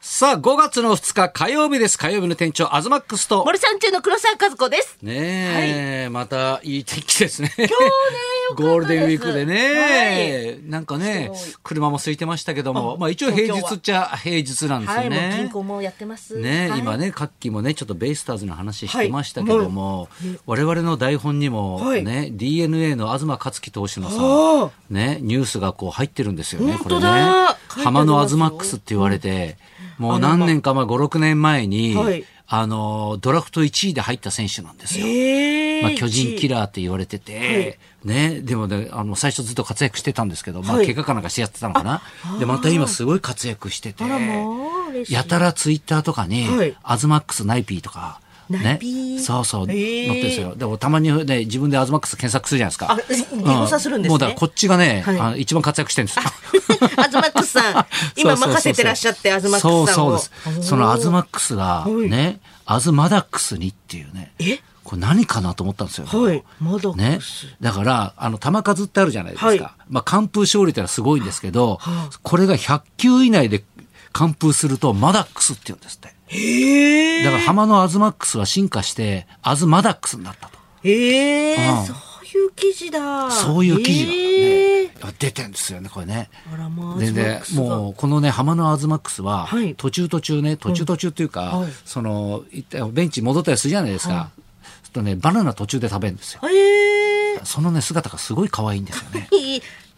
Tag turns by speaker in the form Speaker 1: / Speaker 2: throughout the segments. Speaker 1: さあ、5月の2日火曜日です。火曜日の店長、アズマックスと。
Speaker 2: 森さん中の黒沢和子 です。
Speaker 1: ねえ、またいい天気ですね。
Speaker 2: 今日ね、よかったです
Speaker 1: ゴールデンウィークで
Speaker 2: はい
Speaker 1: ね、なんかね
Speaker 2: すごい、
Speaker 1: 車も空いてましたけども、
Speaker 2: あ
Speaker 1: まあ一応平
Speaker 2: 東京
Speaker 1: 日っちゃ平日なんです
Speaker 2: は
Speaker 1: よ
Speaker 2: い、
Speaker 1: ね。
Speaker 2: もう銀行もやってます。
Speaker 1: ね、
Speaker 2: はい
Speaker 1: 今。ね、各期もね、ちょっとベイスターズの話してましたけども、我々の台本にも、
Speaker 2: はい
Speaker 1: ね、DNA の東克樹投手の
Speaker 2: あ
Speaker 1: さ、ね、ニュースがこう入ってるんですよね、
Speaker 2: 本
Speaker 1: これ
Speaker 2: 当
Speaker 1: ね
Speaker 2: だ書いてあります。よ
Speaker 1: 浜のアズマックスって言われて、もう何年か前、5、6年前に、
Speaker 2: はい
Speaker 1: あの、ドラフト1位で入った選手なんですよ。
Speaker 2: ええ
Speaker 1: まあ、巨人キラーって言われてて、ね、でもね、あの、最初ずっと活躍してたんですけど、まあ、
Speaker 2: はい
Speaker 1: 怪我かなんかしてやってたのかな。で、また今すごい活躍してて
Speaker 2: あらもう、嬉しい。
Speaker 1: やたらツイッターとかに、
Speaker 2: はい
Speaker 1: アズマックスナイピーとか、
Speaker 2: ナイピー
Speaker 1: そうそう、
Speaker 2: へー
Speaker 1: 載ってるんですよ。でもたまにね、自分でアズマックス検索するじゃないですか。
Speaker 2: あえエゴサするんですね
Speaker 1: もうだからこ っちがね、
Speaker 2: はい
Speaker 1: あの一番活躍してるんですよ。、
Speaker 2: アズマックスさん
Speaker 1: そ
Speaker 2: 今
Speaker 1: うそうそう
Speaker 2: 任せてらっしゃって、アズマックスさん
Speaker 1: そ
Speaker 2: を。
Speaker 1: うそうです。そのアズマックスが、
Speaker 2: い
Speaker 1: ね、アズマダックスにっていうね。
Speaker 2: え
Speaker 1: これ何かなと思ったんですよ。
Speaker 2: はいマダックス
Speaker 1: ね。だから、あの、球数ってあるじゃないですか。
Speaker 2: はい
Speaker 1: まあ、完封勝利ってのはすごいんですけど、これが100球以内で完封すると、マダックスって言うんですって。
Speaker 2: ええ
Speaker 1: だから浜のアズマックスは進化して、アズマダックスになったと。
Speaker 2: ええ
Speaker 1: うん
Speaker 2: そういう記事だ。
Speaker 1: そういう記事が、ね
Speaker 2: ええ
Speaker 1: 出てんですよね、これね。
Speaker 2: あらまあ、
Speaker 1: でね
Speaker 2: アズマックスが
Speaker 1: もうこのね浜のアズマックスは、
Speaker 2: はい
Speaker 1: 途中途中ね途中途中っていうか、
Speaker 2: はい
Speaker 1: その一旦ベンチに戻ったりするじゃないですか、ちょっとねバナナ途中で食べるんですよ
Speaker 2: ええ
Speaker 1: そのね姿がすごい可愛いんですよ ね
Speaker 2: いい
Speaker 1: こ
Speaker 2: 27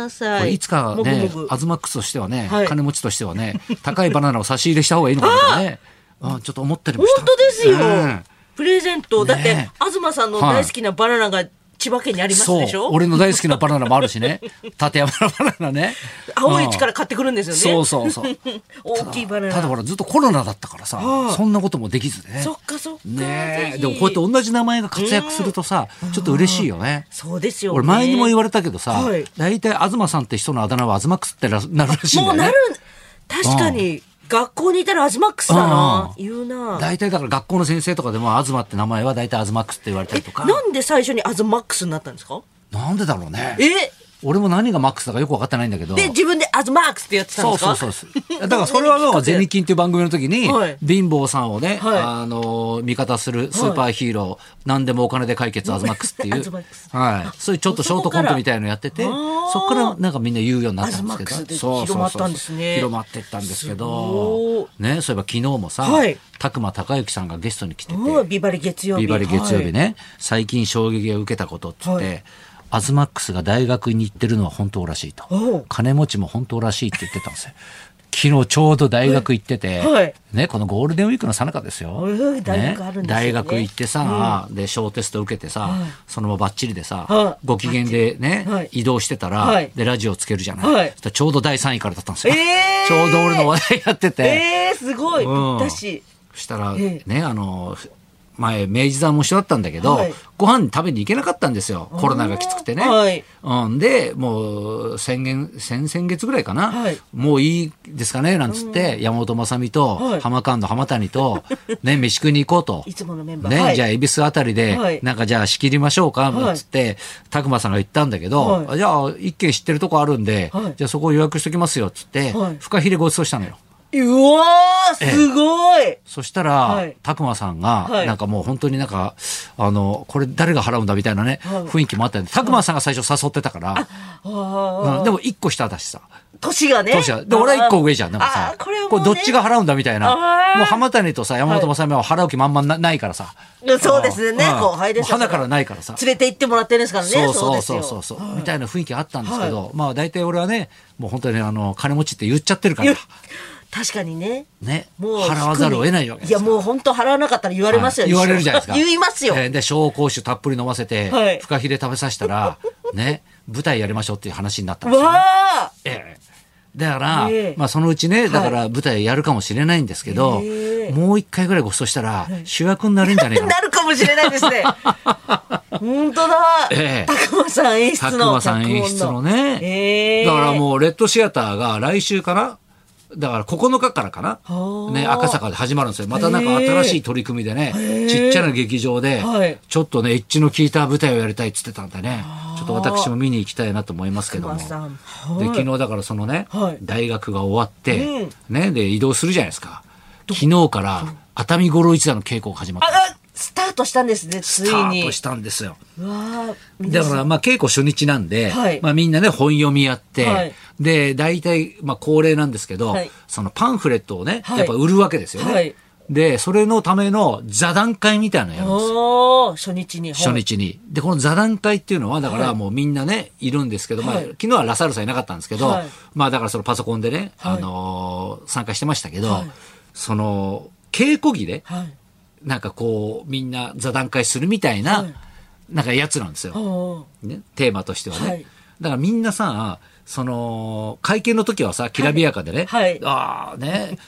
Speaker 1: れ
Speaker 2: 歳。
Speaker 1: いつかね
Speaker 2: もぐもぐ
Speaker 1: アズマックスとしてはね、
Speaker 2: はい
Speaker 1: 金持ちとしてはね高いバナナを差し入れした方がいいのかなとか ねあちょっと思ったりも
Speaker 2: 本
Speaker 1: した
Speaker 2: 当ですよ、
Speaker 1: うん
Speaker 2: プレゼント、だって
Speaker 1: ね
Speaker 2: 東さんの大好きなバナナが千葉県にあります
Speaker 1: そ
Speaker 2: で
Speaker 1: う
Speaker 2: しょ、
Speaker 1: 俺の大好きなバナナもあるし ね立山のバナナね
Speaker 2: 青いうちからら買ってくるんですよね
Speaker 1: そうそうそう
Speaker 2: 大きいバナ
Speaker 1: ただ
Speaker 2: ナ
Speaker 1: ほらずっとコロナだったからさ、
Speaker 2: はい
Speaker 1: そんなこともできずね
Speaker 2: そっかそっか
Speaker 1: ね
Speaker 2: ぜ
Speaker 1: え
Speaker 2: ひ
Speaker 1: でもこうやって同じ名前が活躍するとさちょっと嬉しいよね。
Speaker 2: そうですよね
Speaker 1: 俺前にも言われたけどさ
Speaker 2: はい
Speaker 1: 大体、東さんって人のあだ名は東マックスってななるらしいんだ
Speaker 2: も
Speaker 1: よ
Speaker 2: う
Speaker 1: ね
Speaker 2: なる確かに学校にいたらアズマックスだな言うな
Speaker 1: 大体だから学校の先生とかでも東って名前は大体東マックスって言われたりとか
Speaker 2: なんで最初にアズマックスになったんですか
Speaker 1: なんでだろうね
Speaker 2: え
Speaker 1: 俺も何がマックスだかよく分かってないんだけど
Speaker 2: で自分でアズマックスってやってたん
Speaker 1: そ
Speaker 2: で
Speaker 1: う
Speaker 2: すか
Speaker 1: そうそう そう。だからそれはもうゼニキンっていう番組の時に、
Speaker 2: はい
Speaker 1: 貧乏さんをね、
Speaker 2: はい
Speaker 1: あのー、味方するスーパーヒーロー、何でもお金で解決アズマックスってい
Speaker 2: ア
Speaker 1: う
Speaker 2: ズマックス、
Speaker 1: はい。そういうちょっとショートコントみたいなのやってて、
Speaker 2: そこから
Speaker 1: そこからなんかみんな言うようになったんですけど、
Speaker 2: アズマックス
Speaker 1: そ
Speaker 2: で
Speaker 1: うそうそう
Speaker 2: 広まったんですね
Speaker 1: 広まってったんですけ
Speaker 2: す
Speaker 1: ど
Speaker 2: ご、
Speaker 1: ね、そういえば昨日もさ
Speaker 2: はい、
Speaker 1: 拓磨孝之さんがゲストに来てて、
Speaker 2: うんビバリ月曜日
Speaker 1: ビバリ月曜日
Speaker 2: ね
Speaker 1: ね、最近衝撃を受けたことって言って、
Speaker 2: はい
Speaker 1: アズマックスが大学に行ってるのは本当らしいと
Speaker 2: おう。
Speaker 1: 金持ちも本当らしいって言ってたんですよ。昨日ちょうど大学行ってて、
Speaker 2: はいはい
Speaker 1: ね、このゴールデンウィークの最中ですよ。
Speaker 2: うん大学あるんですよね
Speaker 1: 大学行ってさ、で、小テスト受けてさ、そのままバッチリでさ、
Speaker 2: はい
Speaker 1: ご機嫌でね、
Speaker 2: はい
Speaker 1: 移動してたら、
Speaker 2: はい
Speaker 1: で、ラジオつけるじゃない。
Speaker 2: はい
Speaker 1: そしたらちょうど第3位からだったんですよ。
Speaker 2: えー
Speaker 1: ちょうど俺の話題やってて。
Speaker 2: えー、すごいぴ
Speaker 1: うん
Speaker 2: ったし
Speaker 1: そしたら、
Speaker 2: え
Speaker 1: ね、あの、前、明治座も一緒だったんだけど、
Speaker 2: はい
Speaker 1: ご飯食べに行けなかったんですよ。コロナがきつくてね。
Speaker 2: はい
Speaker 1: うん、で、もう、先月、先々月ぐらいかな、
Speaker 2: はい
Speaker 1: もういいですかね、なんつって、山本まさみ
Speaker 2: は
Speaker 1: と、
Speaker 2: い
Speaker 1: 浜川の浜谷と、ね、 飯食いに行こうと。
Speaker 2: いつものメンバー
Speaker 1: ね、
Speaker 2: はい
Speaker 1: じゃあ、恵比寿あたりで、
Speaker 2: はい
Speaker 1: なんかじゃあ仕切りましょうか、
Speaker 2: はい
Speaker 1: つって、拓磨さんが言ったんだけど、
Speaker 2: はい
Speaker 1: あじゃあ、一軒知ってるとこあるんで、
Speaker 2: はい
Speaker 1: じゃあそこ予約しときますよ、つって、
Speaker 2: はい
Speaker 1: フカヒレごちそうしたのよ。
Speaker 2: うわーすごい
Speaker 1: そした
Speaker 2: は
Speaker 1: ら
Speaker 2: い、
Speaker 1: 拓磨さんが
Speaker 2: は、い
Speaker 1: なんかもう本当になんか、あの、これ誰が払うんだみたいなね、
Speaker 2: はい
Speaker 1: 雰囲気もあったんで、拓磨さんが最初誘ってたから、
Speaker 2: あ
Speaker 1: うん
Speaker 2: ー
Speaker 1: でも一個下だしさ、
Speaker 2: 年がね
Speaker 1: 当時は。で、俺は一個上じゃん。なんかさ
Speaker 2: あー、これはもう
Speaker 1: こ
Speaker 2: ね
Speaker 1: れどっちが払うんだみたい
Speaker 2: あ
Speaker 1: な。
Speaker 2: ー
Speaker 1: もう浜谷とさ、山本正美は払う気満々なないからさ。
Speaker 2: うんそうですね
Speaker 1: ん
Speaker 2: 後輩ですよ
Speaker 1: もう肌からないからさ。
Speaker 2: 連れて行ってもらってるんですからね。
Speaker 1: そうそう
Speaker 2: です
Speaker 1: そ
Speaker 2: よ
Speaker 1: うそうそう、みたいな雰囲気あったんですけど、まあ大体俺はね、もう本当にあの、金持ちって言っちゃってるか
Speaker 2: いや
Speaker 1: ら、
Speaker 2: 確かにね。
Speaker 1: ね、
Speaker 2: もう
Speaker 1: 払わざるを得ないわけです
Speaker 2: いやもう本当払わなかったら言われますよ。
Speaker 1: はい言われるじゃないですか
Speaker 2: 言いますよ。
Speaker 1: えーで紹興酒たっぷり飲ませて、
Speaker 2: はい
Speaker 1: フカヒレ食べさせた らね舞台やりましょうっていう話になったんですよ、
Speaker 2: わ
Speaker 1: ね
Speaker 2: あ。
Speaker 1: ええだから、
Speaker 2: ええ
Speaker 1: まあ、そのうちねだから舞台やるかもしれないんですけど、
Speaker 2: ええ
Speaker 1: もう一回ぐらいご馳走したら主役になるんじゃねえかな
Speaker 2: なるかもしれないで すね。本当だ。
Speaker 1: ええ
Speaker 2: 高間さん演出
Speaker 1: 佐久
Speaker 2: の。
Speaker 1: 間さん演出のね、
Speaker 2: ええ
Speaker 1: だからもうレッドシアターが来週かなだから9日からかな
Speaker 2: あ、ー
Speaker 1: ね、赤坂で始まるんですよ。またなんか新しい取り組みでね、ちっちゃな劇場で
Speaker 2: はい、
Speaker 1: ちょっとね、エッジの効いた舞台をやりたいって言ってたんでね、ちょっと私も見に行きたいなと思いますけども。
Speaker 2: 熊さんはい
Speaker 1: で、昨日だからそのね
Speaker 2: はい、
Speaker 1: 大学が終わって
Speaker 2: うん、
Speaker 1: ね、で、移動するじゃないですか。昨日から熱海五郎一座の稽古が始まっ
Speaker 2: あ
Speaker 1: た。
Speaker 2: あスタートしたんですねつ
Speaker 1: ス
Speaker 2: いに
Speaker 1: タートしたんですよ。
Speaker 2: うわあ
Speaker 1: だから、まあ、稽古初日なんで、
Speaker 2: はい
Speaker 1: まあ、みんなね、本読みやって、
Speaker 2: はい
Speaker 1: で、大体、まあ、恒例なんですけど、
Speaker 2: はい
Speaker 1: そのパンフレットをね、
Speaker 2: はい
Speaker 1: やっぱ売るわけですよね。
Speaker 2: はい
Speaker 1: で、それのための座談会みたいなのやるんですよ。
Speaker 2: おー初日に
Speaker 1: 初日に。で、この座談会っていうのは、だか
Speaker 2: は
Speaker 1: ら
Speaker 2: い
Speaker 1: もうみんなね、いるんですけど、まあ、
Speaker 2: はい
Speaker 1: 昨日はラサールさんいなかったんですけど、
Speaker 2: はい
Speaker 1: まあ、だからそのパソコンでね、
Speaker 2: はい
Speaker 1: あのー参加してましたけど、
Speaker 2: はい
Speaker 1: その、稽古着で、
Speaker 2: はいはい
Speaker 1: なんかこう、みんな座談会するみたいな、
Speaker 2: はい
Speaker 1: なんかやつなんですよ。
Speaker 2: おー
Speaker 1: ね、テーマとしてはね、
Speaker 2: はい
Speaker 1: だからみんなさその会見の時はさきらびやかでね、
Speaker 2: はい
Speaker 1: ああね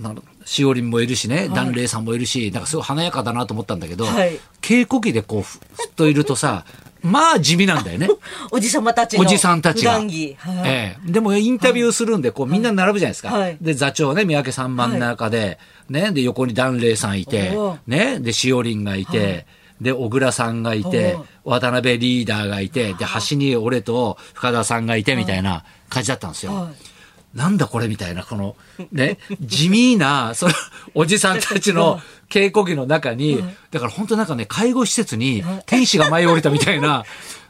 Speaker 1: なんかしおりんもいるしね檀れいさんもいるしなんかすごい華やかだなと思ったんだけど、
Speaker 2: はい
Speaker 1: 稽古着でこうふふっといるとさまあ地味なんだよね。
Speaker 2: おじさまたちの
Speaker 1: おじさんたちが。
Speaker 2: 普段着はい
Speaker 1: ええでもインタビューするんで、こうみんな並ぶじゃないですか。
Speaker 2: はい
Speaker 1: で、座長ね、三宅さん真ん中で、ね、で、横に檀れいさんいて
Speaker 2: おう、
Speaker 1: ね、で、しおりんがいて、で、小倉さんがいて
Speaker 2: おう、
Speaker 1: 渡辺リーダーがいて、で、端に俺と深田さんがいて、みたいな感じだったんですよ。
Speaker 2: はい
Speaker 1: なんだこれみたいな、この、ね、地味な、その、おじさんたちの稽古着の中に、だから本当なんかね、介護施設に天使が舞い降りたみたいな、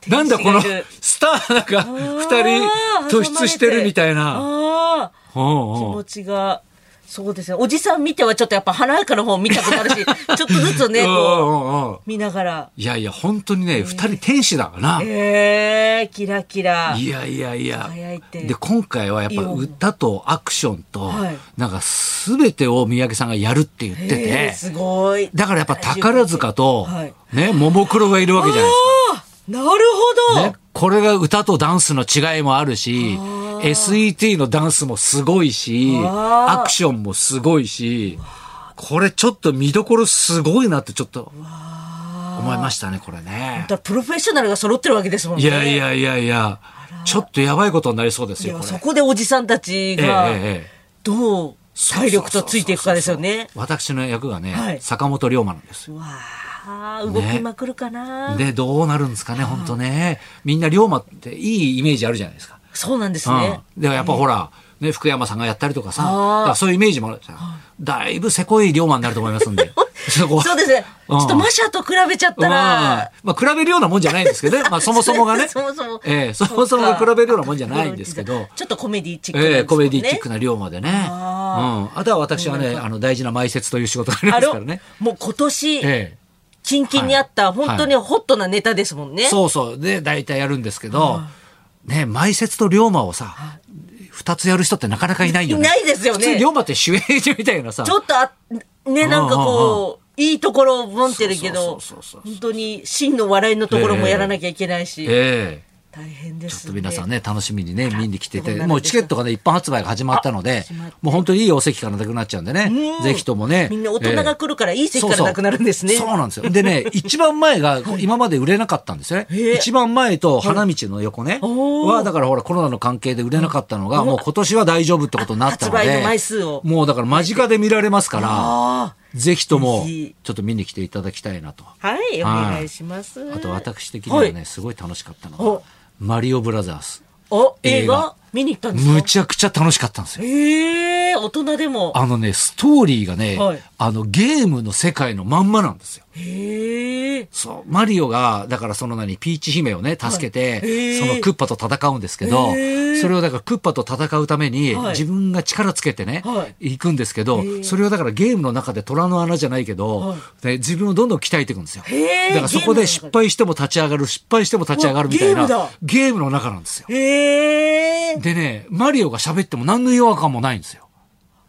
Speaker 1: なんだこの
Speaker 2: 天使がいる
Speaker 1: スターなんか二人
Speaker 2: あー
Speaker 1: 突出してるみたいな。
Speaker 2: あー
Speaker 1: うん
Speaker 2: 気
Speaker 1: うん
Speaker 2: 持ちがそうですねおじさん見てはちょっとやっぱ華やかな方見たことある しちょっとずつね
Speaker 1: うん
Speaker 2: こ
Speaker 1: うんうん
Speaker 2: う見ながら
Speaker 1: いやいや、本当にね、二人天使だからな。
Speaker 2: えー、キラキラ
Speaker 1: いやいやいや
Speaker 2: 輝い。て
Speaker 1: で、今回はやっぱ歌とアクションと
Speaker 2: はい、
Speaker 1: なんか全てを三宅さんがやるって言ってて、
Speaker 2: えー、すごい
Speaker 1: だからやっぱ宝塚と
Speaker 2: はい、
Speaker 1: ね、ももクロがいるわけじゃない
Speaker 2: あーなるほど、
Speaker 1: ですか。ね、これが歌とダンスの違いもあるし、SET のダンスもすごいし、
Speaker 2: あー
Speaker 1: アクションもすごいし、これちょっと見どころすごいなってちょっと思いましたね、これね
Speaker 2: だか。らプロフェッショナルが揃ってるわけですもんね
Speaker 1: いやいやいやいや、ちょっとやばいことになりそうです
Speaker 2: い
Speaker 1: よ、
Speaker 2: や
Speaker 1: これ。
Speaker 2: そこでおじさんたちが
Speaker 1: ええええ
Speaker 2: どう体力とついていくかですよ
Speaker 1: そうそう
Speaker 2: ね
Speaker 1: そうそう私の役がね、
Speaker 2: はい
Speaker 1: 坂本龍馬なんですよ。
Speaker 2: わあ動きまくるかな、
Speaker 1: で、どうなるんですかね、本当ね。みんな龍馬っていいイメージあるじゃないですか。
Speaker 2: そうなんですね、
Speaker 1: うん、でもやっぱほら、ね、福山さんがやったりとかさ、だ
Speaker 2: あー
Speaker 1: からそういうイメージもあるじゃん。だいぶせこい龍馬になると思いますんで。そこは
Speaker 2: そうですね。ち
Speaker 1: うん
Speaker 2: ょっとマシャと比べちゃった
Speaker 1: ま
Speaker 2: ら
Speaker 1: あ、、まあ、比べるようなもんじゃないんですけど ね。まあ、そもそもがね。
Speaker 2: そもそも。
Speaker 1: ええそもそもが比べるようなもんじゃないんですけど。
Speaker 2: ちょっとコメディチックなん
Speaker 1: え
Speaker 2: で
Speaker 1: え
Speaker 2: す
Speaker 1: コ
Speaker 2: もんね
Speaker 1: メディチックな龍馬でね。うん。
Speaker 2: あ
Speaker 1: あとは私はね、あの、大事な埋設という仕事がありま
Speaker 2: あ
Speaker 1: す
Speaker 2: れ
Speaker 1: からね。
Speaker 2: もう今年、
Speaker 1: ええ
Speaker 2: キンキンにあっ
Speaker 1: は
Speaker 2: た、
Speaker 1: い
Speaker 2: 本当にホットなネタですもんね。
Speaker 1: そうそう。で、大体やるんですけど、ね、埋設と龍馬をさ、二つやる人ってなかなかいないよね。
Speaker 2: いないですよね
Speaker 1: 普通龍馬って主演みたいなさ。
Speaker 2: ちょっとあ、ね、なんかこう、いいところを持ってるけど、
Speaker 1: そうそうそうそうそう
Speaker 2: 本当に真の笑いのところもやらなきゃいけないし、
Speaker 1: ええ
Speaker 2: 大変です、ね。
Speaker 1: ちょっと皆さんね、楽しみにね、見に来て
Speaker 2: どうな
Speaker 1: て、
Speaker 2: るんでしょう
Speaker 1: もうチケットがね、一般発売が始まったので
Speaker 2: 始まった、
Speaker 1: もう本当にいいお席がなくなっちゃうんでね
Speaker 2: う、ん
Speaker 1: ぜひともね。
Speaker 2: みんな大人が来るからいい席から
Speaker 1: そうそう
Speaker 2: なくなるんですね
Speaker 1: そうなんですよ。でね、一番前がこう今まで売れなかったんですよね。
Speaker 2: へえ
Speaker 1: 一番前と花道の横ね、
Speaker 2: おー
Speaker 1: は、だからほらコロナの関係で売れなかったのが、もう今年は大丈夫ってことになったので、
Speaker 2: 発売の枚数を
Speaker 1: もうだから間近で見られますか
Speaker 2: あ
Speaker 1: ら、ぜひとも
Speaker 2: ぜひ、
Speaker 1: ちょっと見に来ていただきたいなと。
Speaker 2: あ。はい、お願いします。
Speaker 1: あと私的にはね、
Speaker 2: はい
Speaker 1: すごい楽しかったのが
Speaker 2: お、
Speaker 1: マリオブラザーズ。
Speaker 2: お、映
Speaker 1: 映
Speaker 2: 画
Speaker 1: 画
Speaker 2: 見に行ったんですか
Speaker 1: むちゃくちゃ楽しかったんですよ。
Speaker 2: ええ大人でも。
Speaker 1: あのね、ストーリーがね、
Speaker 2: はい
Speaker 1: あの、ゲームの世界のまんまなんですよ。
Speaker 2: へえ。
Speaker 1: そう、マリオが、だからその何、ピーチ姫をね、助けて、
Speaker 2: はいへー
Speaker 1: そのクッパと戦うんですけど、
Speaker 2: へー
Speaker 1: それをだからクッパと戦うために、
Speaker 2: はい
Speaker 1: 自分が力つけてね、
Speaker 2: は
Speaker 1: 行くんですけど、それをだからゲームの中で虎の穴じゃないけど、で自分をどんどん鍛えていくんですよ。
Speaker 2: へー
Speaker 1: だからそこで失敗しても立ち上がる、失敗しても立ち上がるみたいうな、
Speaker 2: わゲームだ
Speaker 1: ゲームの中なんですよ。
Speaker 2: へえ。
Speaker 1: でね、マリオが喋っても何の違和感もないんですよ。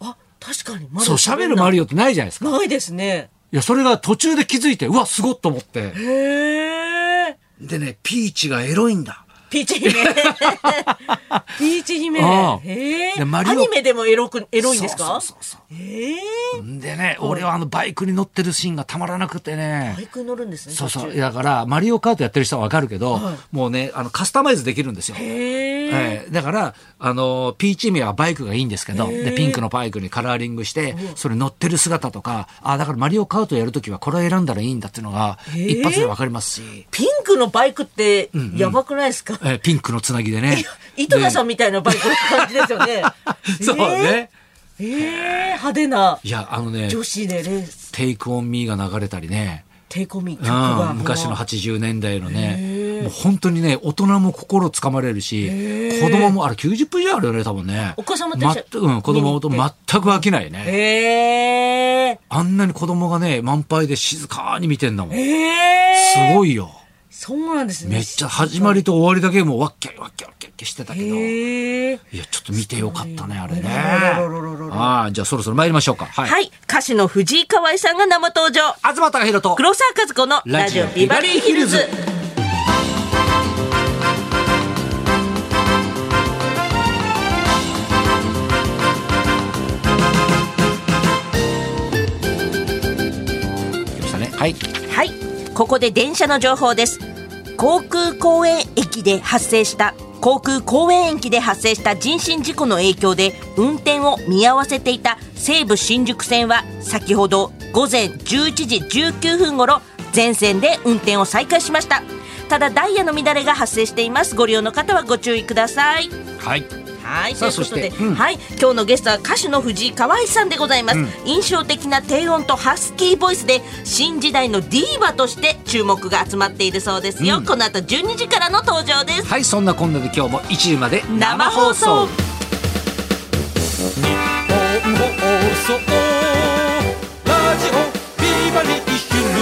Speaker 2: あ、確かに。
Speaker 1: そう、喋るマリ
Speaker 2: オ。
Speaker 1: オってないじゃないですか。
Speaker 2: ないですね。
Speaker 1: いや、それが途中で気づいて、うわ、すごっと思って。
Speaker 2: へえ。
Speaker 1: でね、ピーチがエロいんだ。
Speaker 2: ピー チ姫。ピーチ姫
Speaker 1: うん。
Speaker 2: へえ。
Speaker 1: でマ
Speaker 2: ア
Speaker 1: リオ
Speaker 2: ニメでもエロく、エロいんですか
Speaker 1: そうそうそう
Speaker 2: へえ。
Speaker 1: そう。んでね、俺はあのバイクに乗ってるシーンがたまらなくてね
Speaker 2: バ。イクに乗るんですね。
Speaker 1: そうそ
Speaker 2: 途
Speaker 1: う。
Speaker 2: 中
Speaker 1: だから、マリオカートやってる人はわかるけど、もうね、あの、カスタマイズできるんですよ。
Speaker 2: へ
Speaker 1: えーだから、あの、ピーチミはバイクがいいんですけど、で、ピンクのバイクにカラーリングして、それ乗ってる姿とか、あ、だからマリオカートやるときはこれを選んだらいいんだっていうのが、一発でわかりますし、
Speaker 2: ピンクのバイクって、やばくないですか、
Speaker 1: えーピンクのつなぎでね。
Speaker 2: 井戸田さんみたいなバイクの感じですよね。
Speaker 1: そうね。
Speaker 2: えー。えー派手ない
Speaker 1: や、あのね、
Speaker 2: 女子でレース、
Speaker 1: テイクオンミーが流れたりね。
Speaker 2: テイコミ曲
Speaker 1: う
Speaker 2: が。
Speaker 1: ん、昔の80年代のね、もう本当にね、大人も心つかまれるし、子供も、あれ90分以上あるよね、多分ね。
Speaker 2: お子様と一緒
Speaker 1: まったうん、子供と全く飽きないね。
Speaker 2: えー、
Speaker 1: あんなに子供がね、満杯で静かに見てんだもん。す
Speaker 2: えー、
Speaker 1: ごいよ。
Speaker 2: そうなんですね。
Speaker 1: めっちゃ始まりと終わりだけもうワッキャワッキャワッキャワッキャしてたけど。い
Speaker 2: えー
Speaker 1: や、ちょっと見てよかったね、あれね。
Speaker 2: あらららららら
Speaker 1: ああ、じゃあそろそろ参りましょうか。はい。
Speaker 2: はい、歌手の藤井河合さんが生登場。
Speaker 1: 東隆弘と。
Speaker 2: 黒沢和子のラジオビバリーヒルズ。
Speaker 1: 来ましたね。はい。
Speaker 2: はい、ここで電車の情報です。航空公園駅で発生した航空公園駅で発生した人身事故の影響で運転を見合わせていた西武新宿線は先ほど午前11時19分頃全線で運転を再開しました。ただダイヤの乱れが発生しています。ご利用の方はご注意ください。
Speaker 1: はい。
Speaker 2: はい、と
Speaker 1: さ
Speaker 2: い
Speaker 1: あ
Speaker 2: うこと
Speaker 1: そ
Speaker 2: で、
Speaker 1: してうん
Speaker 2: はい、今日のゲストは歌手の藤井河合さんでございます、印象的な低音とハスキーボイスで新時代のディーバとして注目が集まっているそうですよ、この後12時からの登場です
Speaker 1: はい、そんなこんなで今日も1時まで
Speaker 2: 生放送
Speaker 3: 放送ラジオビバリーヒルズ」